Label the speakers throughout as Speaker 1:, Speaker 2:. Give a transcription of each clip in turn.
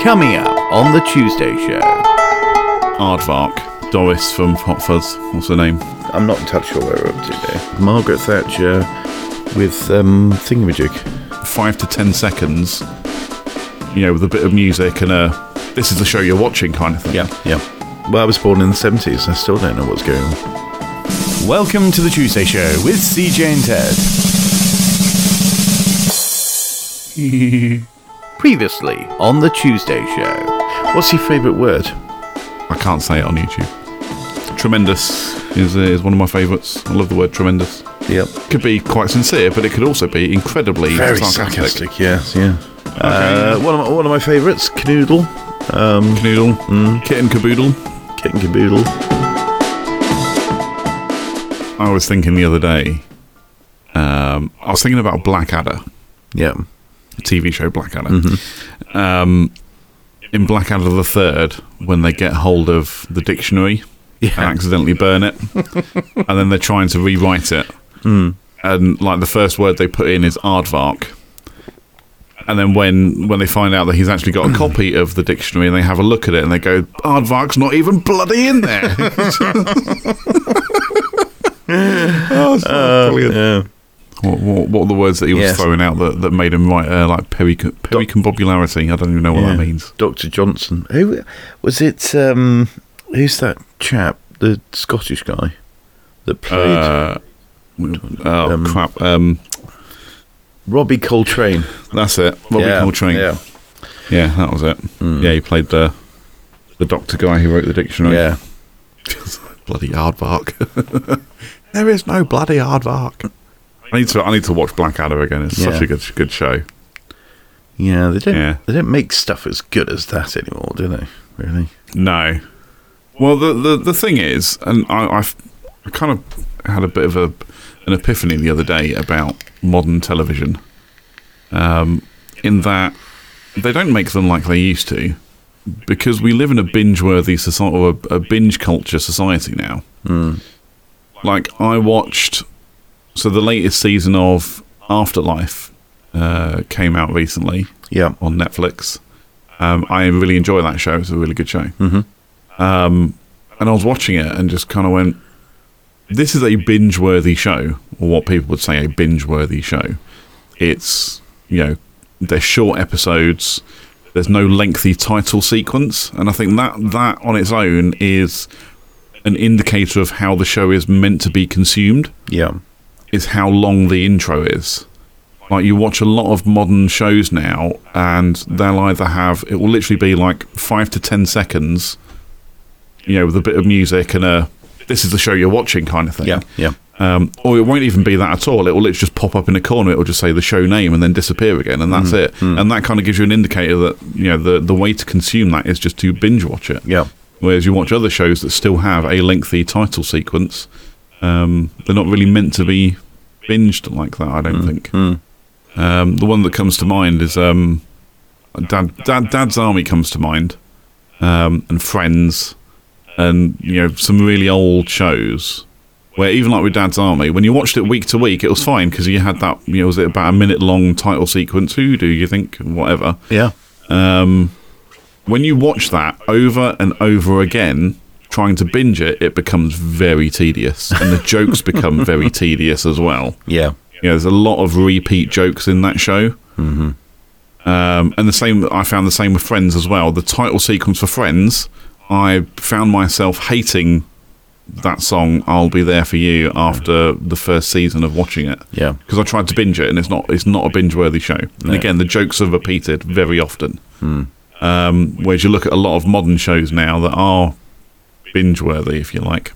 Speaker 1: Coming up on the Tuesday show.
Speaker 2: Aardvark. Doris from Hot Fuzz. What's her name?
Speaker 1: I'm not entirely sure where we're up to there. Margaret Thatcher with um, Thingamajig.
Speaker 2: Five to ten seconds, you know, with a bit of music and a this is the show you're watching kind of thing.
Speaker 1: yeah. Well, I was born in the 70s. I still don't know what's going on.
Speaker 3: Welcome to the Tuesday Show with CJ and Ted.
Speaker 1: Previously on the Tuesday show. What's your favourite word?
Speaker 2: I can't say it on YouTube. Tremendous is, is one of my favourites. I love the word tremendous.
Speaker 1: Yep.
Speaker 2: Could be quite sincere, but it could also be incredibly
Speaker 1: Very
Speaker 2: sarcastic.
Speaker 1: sarcastic, yes, yeah. Uh, one, of my, one of my favourites, Canoodle,
Speaker 2: Mm. Noodle,
Speaker 1: Mm.
Speaker 2: kit and caboodle.
Speaker 1: Kit and Caboodle.
Speaker 2: I was thinking the other day. Um, I was thinking about Blackadder,
Speaker 1: Yeah.
Speaker 2: the TV show Blackadder. Um, in Blackadder the Third, when they get hold of the dictionary and
Speaker 1: Yeah.
Speaker 2: accidentally burn it, and then they're trying to rewrite it, and like the first word they put in is aardvark. And then when, when they find out that he's actually got a copy of the dictionary and they have a look at it and they go, Aardvark's not even bloody in there. oh, it's
Speaker 1: Uh,
Speaker 2: brilliant.
Speaker 1: Yeah.
Speaker 2: What, what, what are the words that he was
Speaker 1: Yes.
Speaker 2: throwing out that, that made him write uh, like peric- pericombobularity? I don't even know what that
Speaker 1: Yeah.
Speaker 2: means.
Speaker 1: Dr. Johnson. Who was it? Um, who's that chap? The Scottish guy that played
Speaker 2: Uh, oh
Speaker 1: Um,
Speaker 2: crap! Um,
Speaker 1: Robbie Coltrane.
Speaker 2: that's it. Robbie
Speaker 1: Yeah,
Speaker 2: Coltrane.
Speaker 1: Yeah. Hmm.
Speaker 2: Yeah. that was it. Yeah, he played the the doctor guy who wrote the dictionary.
Speaker 1: yeah.
Speaker 2: bloody aardvark. there is no bloody aardvark. I need to I need to watch Blackadder again. It's such
Speaker 1: Yeah.
Speaker 2: a good good show.
Speaker 1: Yeah, they don't.
Speaker 2: Yeah.
Speaker 1: They don't make stuff as good as that anymore, do they? Really?
Speaker 2: No. Well, the the, the thing is, and I I've, I kind of had a bit of a an epiphany the other day about modern television. Um, in that they don't make them like they used to, because we live in a binge-worthy society or a, a binge culture society now. Like I watched, so the latest season of Afterlife uh, came out recently
Speaker 1: Yeah.
Speaker 2: on Netflix. Um, I really enjoy that show. It's a really good show. Mm-hmm. Um, and I was watching it and just kind of went, "This is a binge-worthy show, or what people would say a binge-worthy show. It's you know, they're short episodes. There's no lengthy title sequence, and I think that that on its own is an indicator of how the show is meant to be consumed
Speaker 1: Yeah.
Speaker 2: is how long the intro is. Like you watch a lot of modern shows now, and they'll either have it will literally be like five to ten seconds, you know, with a bit of music and a "this is the show you're watching" kind of thing.
Speaker 1: Yeah. Yeah.
Speaker 2: Um, or it won't even be that at all. It will literally just pop up in a corner. It will just say the show name and then disappear again, and that's it. And that kind of gives you an indicator that you know the the way to consume that is just to binge watch it.
Speaker 1: Yeah.
Speaker 2: Whereas you watch other shows that still have a lengthy title sequence, um, they're not really meant to be binged like that. I don't think. Um, the one that comes to mind is um, Dad, Dad, Dad's Army comes to mind, um, and Friends, and you know some really old shows. Where even like with Dad's Army, when you watched it week to week, it was fine because you had that, you know, was it about a minute long title sequence? Who do you think? Whatever
Speaker 1: Yeah.
Speaker 2: when you watch that over and over again, trying to binge it, it becomes very tedious, and the jokes become very tedious as well.
Speaker 1: Yeah.
Speaker 2: You know, there's a lot of repeat jokes in that show. Mm-hmm. Um, and the same, I found the same with Friends as well. The title sequence for Friends, I found myself hating that song "I'll Be There for You" after the first season of watching it.
Speaker 1: Yeah.
Speaker 2: because I tried to binge it, and it's not it's not a binge-worthy show. And again, the jokes are repeated very often. Um, whereas you look at a lot of modern shows now that are binge-worthy, if you like.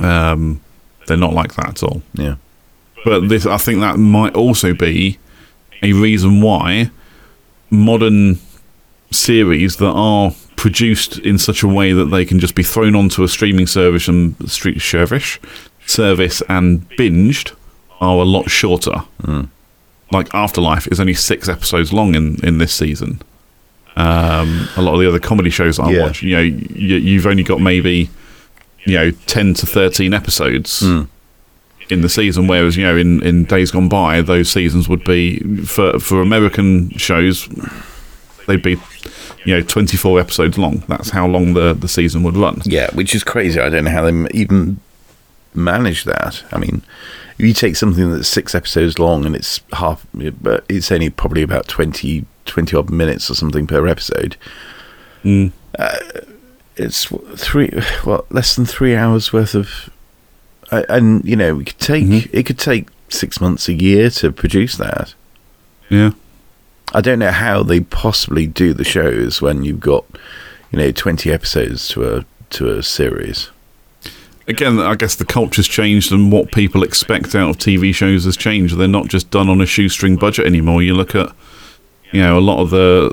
Speaker 2: Um, they're not like that at all.
Speaker 1: Yeah.
Speaker 2: But this, I think that might also be a reason why modern series that are produced in such a way that they can just be thrown onto a streaming service and street service service and binged are a lot shorter. Like Afterlife is only six episodes long in, in this season. Um, a lot of the other comedy shows that I
Speaker 1: Yeah.
Speaker 2: watch, you know, you, you've only got maybe you know ten to thirteen episodes in the season. Whereas you know, in, in days gone by, those seasons would be for for American shows, they'd be, you know, 24 episodes long. That's how long the, the season would run.
Speaker 1: Yeah, which is crazy. I don't know how they m- even manage that. I mean, if you take something that's six episodes long and it's half, but it's only probably about 20, 20 odd minutes or something per episode. Uh,
Speaker 2: Mm.
Speaker 1: It's what, three, well, less than three hours worth of, I- and you know, we could take
Speaker 2: Mhm.
Speaker 1: it could take six months a year to produce that.
Speaker 2: Yeah.
Speaker 1: I don't know how they possibly do the shows when you've got, you know, twenty episodes to a to a series.
Speaker 2: Again, I guess the culture's changed and what people expect out of TV shows has changed. They're not just done on a shoestring budget anymore. You look at, you know, a lot of the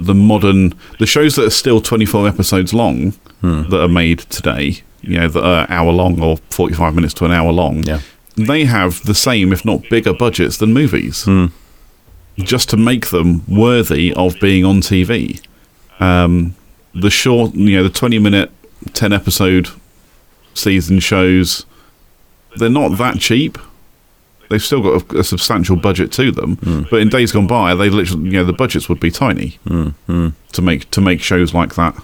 Speaker 2: the modern the shows that are still 24 episodes long that are made today, you know, that are hour long or 45 minutes to an hour long.
Speaker 1: Yeah.
Speaker 2: they have the same, if not bigger, budgets than movies, just to make them worthy of being on TV. Um, the short, you know, the twenty-minute, ten-episode season shows, they're not that cheap. They've still got a, a substantial budget to them, but in days gone by, they literally, you know, the budgets would be tiny to make to make shows like that.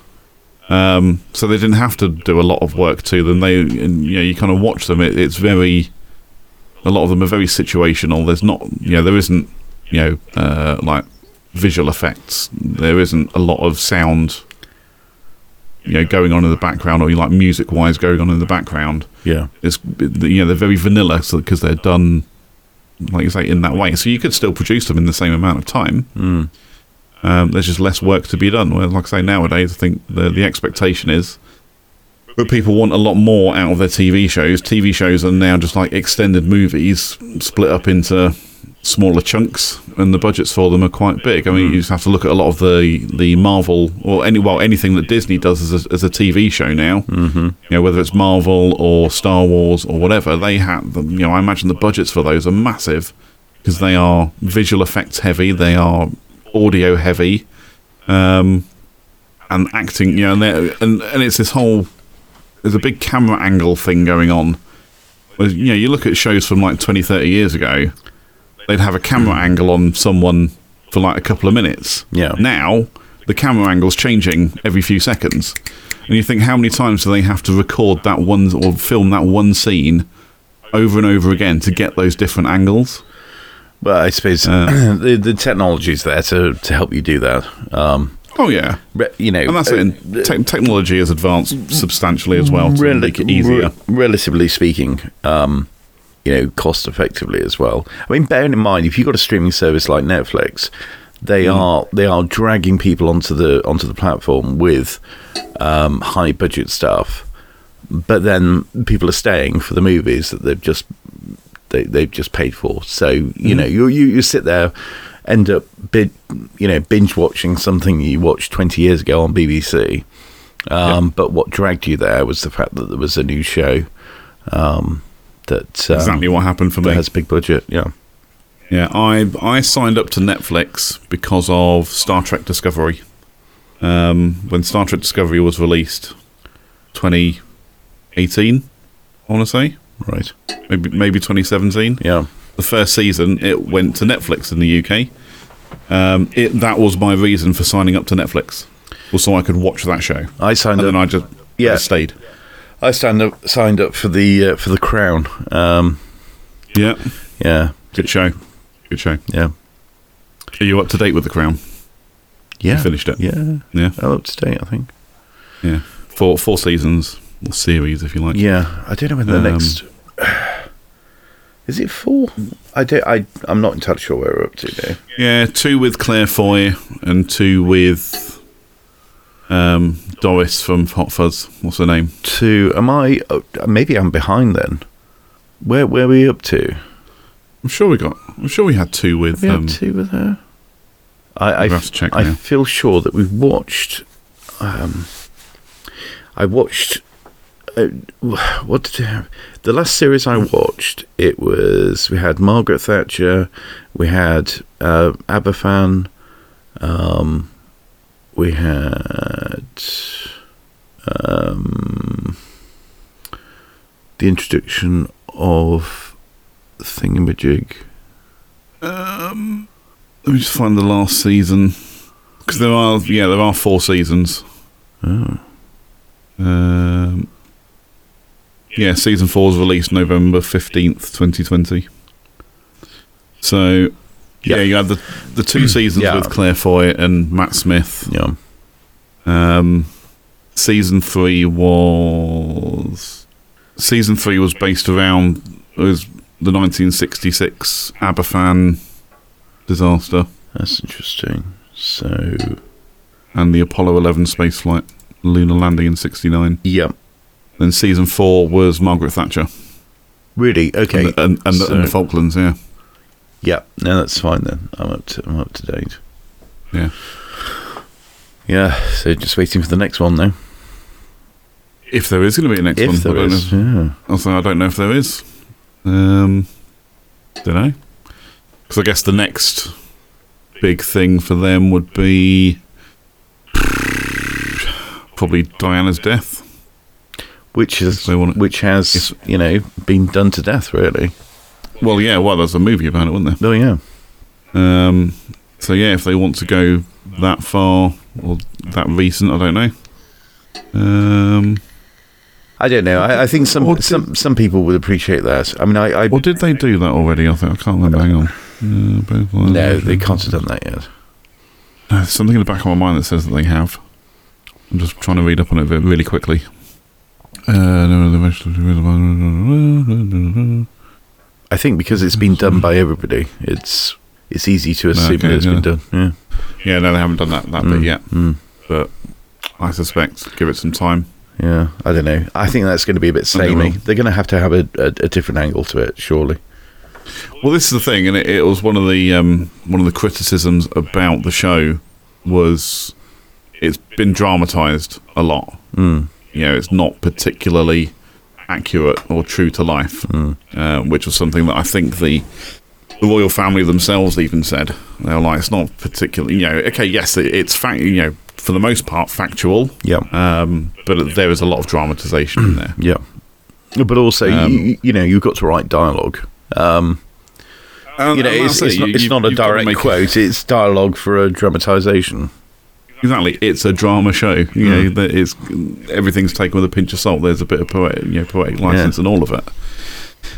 Speaker 2: Um, so they didn't have to do a lot of work to them. They, and, you know, you kind of watch them. It, it's very, a lot of them are very situational. There's not, you know, there isn't, you know, uh, like visual effects. There isn't a lot of sound, you know, going on in the background or like music wise going on in the background.
Speaker 1: Yeah.
Speaker 2: It's, you know, they're very vanilla because they're done, like you say, in that way. So you could still produce them in the same amount of time. Um, there's just less work to be done. Whereas, like I say, nowadays, I think the, the expectation is but people want a lot more out of their TV shows. TV shows are now just like extended movies split up into smaller chunks, and the budgets for them are quite big. I mean, you just have to look at a lot of the the Marvel or any well anything that Disney does as a, as a TV show now. Mm-hmm. You know, whether it's Marvel or Star Wars or whatever, they have them. You know, I imagine the budgets for those are massive because they are visual effects heavy, they are audio heavy. Um, and acting, you know, and, they're- and and it's this whole there's a big camera angle thing going on. Whereas, you know, you look at shows from like 20, 30 years ago, they'd have a camera angle on someone for like a couple of minutes.
Speaker 1: Yeah.
Speaker 2: Now, the camera angle's changing every few seconds. And you think, how many times do they have to record that one or film that one scene over and over again to get those different angles?
Speaker 1: Well, I suppose uh, the, the technology's there to, to help you do that. Um,
Speaker 2: Oh, yeah.
Speaker 1: re- you know,
Speaker 2: And that's
Speaker 1: uh,
Speaker 2: it. And Te- technology has advanced substantially as well to
Speaker 1: rel-
Speaker 2: make it easier.
Speaker 1: re- relatively speaking, um, you know, cost effectively as well. I mean, bearing in mind, if you've got a streaming service like Netflix, they are they are dragging people onto the onto the platform with um, high budget stuff, but then people are staying for the movies that they've just they, they've just paid for. So you
Speaker 2: Mm-hmm.
Speaker 1: know, you, you you sit there, end up bid, you know binge watching something you watched twenty years ago on BBC. Um, But what dragged you there was the fact that there was a new show um, that, um,
Speaker 2: Exactly what happened for me.
Speaker 1: that has a big budget. Yeah,
Speaker 2: Yeah, I I signed up to Netflix because of Star Trek Discovery. Um, when Star Trek Discovery was released, 2018, I want to say
Speaker 1: right.
Speaker 2: maybe maybe 2017.
Speaker 1: Yeah,
Speaker 2: The first season it went to Netflix in the UK. Um, it that was my reason for signing up to Netflix, was so I could watch that show,
Speaker 1: I signed
Speaker 2: and then
Speaker 1: up.
Speaker 2: I just
Speaker 1: Yeah.
Speaker 2: I stayed.
Speaker 1: I, signed up signed up for the uh, for the Crown. Um,
Speaker 2: Yeah,
Speaker 1: yeah,
Speaker 2: good show, good show.
Speaker 1: yeah,
Speaker 2: Are you up to date with the Crown?
Speaker 1: yeah.
Speaker 2: finished it.
Speaker 1: Yeah,
Speaker 2: Yeah,
Speaker 1: I'm up to date. I think.
Speaker 2: yeah. Four four seasons or series, if you like.
Speaker 1: Yeah, I don't know when the
Speaker 2: Um,
Speaker 1: next. Is it four? I don't. I I'm not entirely sure where we're up to now.
Speaker 2: Yeah, two with Claire Foy and two with um, Doris from Hot Fuzz. What's her name?
Speaker 1: Two. Am I? oh, Maybe I'm behind then. Where Where are we up to?
Speaker 2: I'm sure we got. I'm sure we had two with.
Speaker 1: We
Speaker 2: Um,
Speaker 1: had two with her. I I,
Speaker 2: We'll have to check
Speaker 1: I
Speaker 2: now.
Speaker 1: feel sure that we watched. Um, I watched. Uh, what did I have? The last series I watched, it was we had Margaret Thatcher, we had uh, Aberfan, um, we had um, the introduction of Thingamajig.
Speaker 2: let me just find the last season. because there are yeah there are four seasons.
Speaker 1: Oh.
Speaker 2: Um, yeah, season four's released November fifteenth, twenty twenty. So,
Speaker 1: Yeah.
Speaker 2: yeah, you had the the two seasons
Speaker 1: Yeah.
Speaker 2: with Claire Foy and Matt Smith.
Speaker 1: Yeah.
Speaker 2: Um, season three was season three was based around was the nineteen sixty six Aberfan disaster
Speaker 1: That's interesting. So,
Speaker 2: and the Apollo eleven space flight lunar landing in sixty nine.
Speaker 1: yeah.
Speaker 2: Then season four was Margaret Thatcher.
Speaker 1: Really? Okay.
Speaker 2: and, the- and, and, the, and the
Speaker 1: So-
Speaker 2: Falklands, yeah.
Speaker 1: yeah. No, that's fine then. I'm up to I'm up to date.
Speaker 2: Yeah.
Speaker 1: Yeah. So just waiting for the next one now.
Speaker 2: If there is going to be a next one,
Speaker 1: If there
Speaker 2: I don't
Speaker 1: is.
Speaker 2: know.
Speaker 1: Yeah.
Speaker 2: Also, I don't know if there is. Um, don't know. Because I guess the next big thing for them would be probably Diana's death.
Speaker 1: Which is
Speaker 2: They want it-
Speaker 1: which has you know been done to death really.
Speaker 2: Well, yeah, well, there's a movie about it, wasn't
Speaker 1: Oh yeah.
Speaker 2: there? Um, so yeah, if they want to go that far or that recent, I don't know. Um,
Speaker 1: I don't know. I, I think some
Speaker 2: Or did-
Speaker 1: some some people would appreciate that. I mean, I, I
Speaker 2: Or did they do that already? I think I can't remember. Hang on. Uh, both lines.
Speaker 1: no, they can't have done that yet.
Speaker 2: Uh, there's something in the back of my mind that says that they have. I'm just trying to read up on it ve- really quickly. Uh, no, the vegetable-
Speaker 1: I think because it's been done by everybody, it's it's easy to assume
Speaker 2: Okay,
Speaker 1: that it's
Speaker 2: yeah.
Speaker 1: been done. Yeah.
Speaker 2: yeah, no, they haven't done that that bit yet.
Speaker 1: Mm,
Speaker 2: But I suspect give it some time.
Speaker 1: yeah. I don't know. I think that's going to be a bit
Speaker 2: And they
Speaker 1: samey.
Speaker 2: will.
Speaker 1: They're going to have to have a, a, a different angle to it, surely.
Speaker 2: Well, this is the thing, and it, it was one of the um, one of the criticisms about the show was it's been dramatized a lot.
Speaker 1: Mm,
Speaker 2: you know, it's not particularly accurate or true to life,
Speaker 1: Hmm.
Speaker 2: uh, which was something that I think the the royal family themselves even said they were like, it's not particularly, you know, okay, yes, it, it's fact, you know, for the most part factual,
Speaker 1: yeah.
Speaker 2: um, but there is a lot of dramatization in there.
Speaker 1: yeah. But also, you-
Speaker 2: Um,
Speaker 1: you, you know, you've got to write dialogue. Um,
Speaker 2: And-
Speaker 1: you know,
Speaker 2: and
Speaker 1: it's, it's,
Speaker 2: that's it,
Speaker 1: not,
Speaker 2: you-
Speaker 1: it's
Speaker 2: you-
Speaker 1: not a
Speaker 2: Um, you've gotta
Speaker 1: direct
Speaker 2: make-
Speaker 1: quote. It's dialogue for a dramatization.
Speaker 2: Exactly, it's a drama show. You know, that it's everything's taken with a pinch of salt. There's a bit of poetic, you know, poetic license in all of it.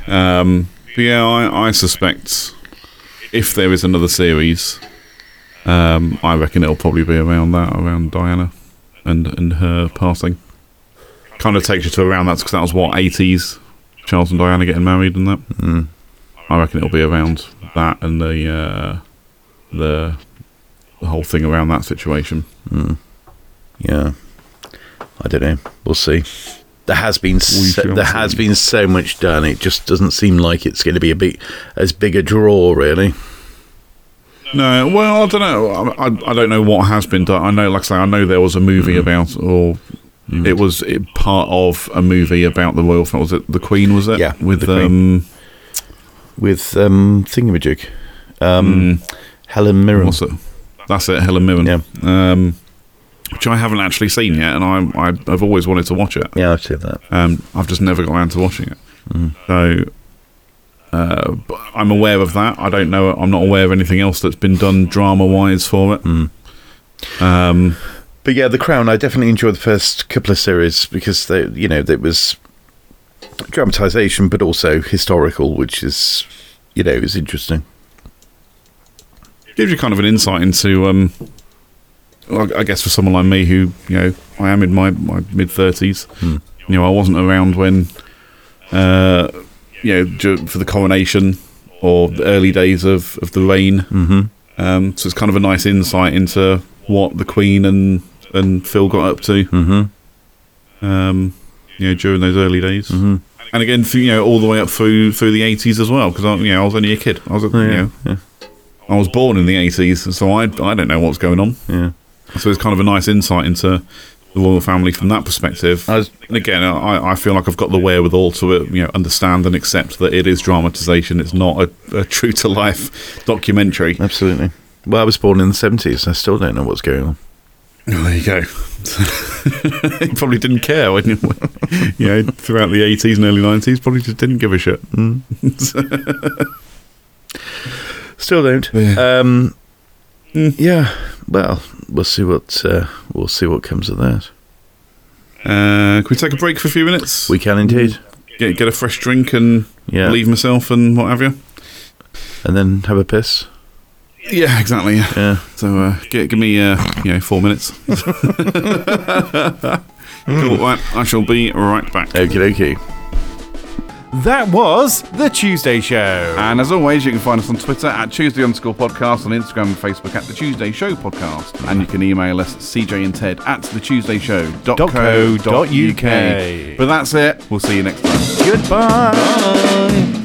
Speaker 2: Um, but yeah, I, I suspect if there is another series, um, I reckon it'll probably be around that, around Diana and and her passing. Kind of takes you to around that because that was what eighties, Charles and Diana getting married and that.
Speaker 1: Mm.
Speaker 2: I reckon it'll be around that and the uh, the the whole thing around that situation.
Speaker 1: Yeah, I don't know. We'll see. There has been so,
Speaker 2: shall
Speaker 1: there has been so much done. It just doesn't seem like it's going to be a big as big a draw, really.
Speaker 2: No, well, I don't know. I, I, I don't know what has been done. I know, like I say, I know there was a
Speaker 1: Mm-hmm.
Speaker 2: movie about, or it was it, part of a movie about the royal family. Was it the Queen? Was it?
Speaker 1: Yeah,
Speaker 2: with
Speaker 1: the Queen.
Speaker 2: um,
Speaker 1: With um, Thingamajig, um,
Speaker 2: Hmm.
Speaker 1: Helen Mirren.
Speaker 2: what's it? That's it, Helen Mirren.
Speaker 1: Yeah.
Speaker 2: Um, which I haven't actually seen yet, and I, I I've always wanted to watch it.
Speaker 1: Yeah, Mm-hmm. I've seen that.
Speaker 2: Um, I've just never got around to watching it. So uh, but I'm aware of that. I don't know. I'm not aware of anything else that's been done drama wise for it. Um,
Speaker 1: But yeah, The Crown. I definitely enjoyed the first couple of series because they, you know, it was dramatization, but also historical, which is, you know, is interesting.
Speaker 2: gives you kind of an insight into um I I guess for someone like me who you know I am in my, my mid 30s
Speaker 1: Hmm.
Speaker 2: you know I wasn't around when uh you know ju- for the coronation or the early days of of the reign mm-hmm. um so it's kind of a nice insight into what the queen and and Phil got up to
Speaker 1: Mm-hmm. Mm-hmm.
Speaker 2: um you know during those early days and again through, you know all the way up through through the 80s as well because I you know I was only a kid I was a you know
Speaker 1: Oh, yeah,
Speaker 2: I was born in the 80s, so I, I don't know what's going on.
Speaker 1: yeah.
Speaker 2: So it's kind of a nice insight into the royal family from that perspective.
Speaker 1: I was-
Speaker 2: and again, I, I feel like I've got the wherewithal to uh, you know understand and accept that it is dramatization. It's not a, a true to life documentary.
Speaker 1: Absolutely. Well, I was born in the seventies. I still don't know what's going on.
Speaker 2: There you go. You probably didn't care when you, you know throughout the 80s and early 90s. Probably just didn't give a shit.
Speaker 1: Still don't. Um, yeah. well, we'll see what uh, we'll see what comes of that.
Speaker 2: Uh, can we take a break for a few minutes?
Speaker 1: We can indeed,
Speaker 2: get, get a fresh drink and
Speaker 1: Yeah.
Speaker 2: leave myself and what have you.
Speaker 1: and then have a piss.
Speaker 2: Yeah, exactly. yeah.
Speaker 1: Yeah,
Speaker 2: So uh, get, give me uh, you know four minutes. cool, right, I shall be right back.
Speaker 1: okie dokie.
Speaker 3: That was The Tuesday Show.
Speaker 2: And as always, you can find us on Twitter at Tuesday underscore podcast, on Instagram and Facebook at The Tuesday Show Podcast. And you can email us at CJ and Ted at The Tuesday Show dot
Speaker 3: Dot co
Speaker 2: co
Speaker 3: dot
Speaker 2: dot
Speaker 3: UK.
Speaker 2: UK. But that's it. We'll see you next time.
Speaker 3: Goodbye.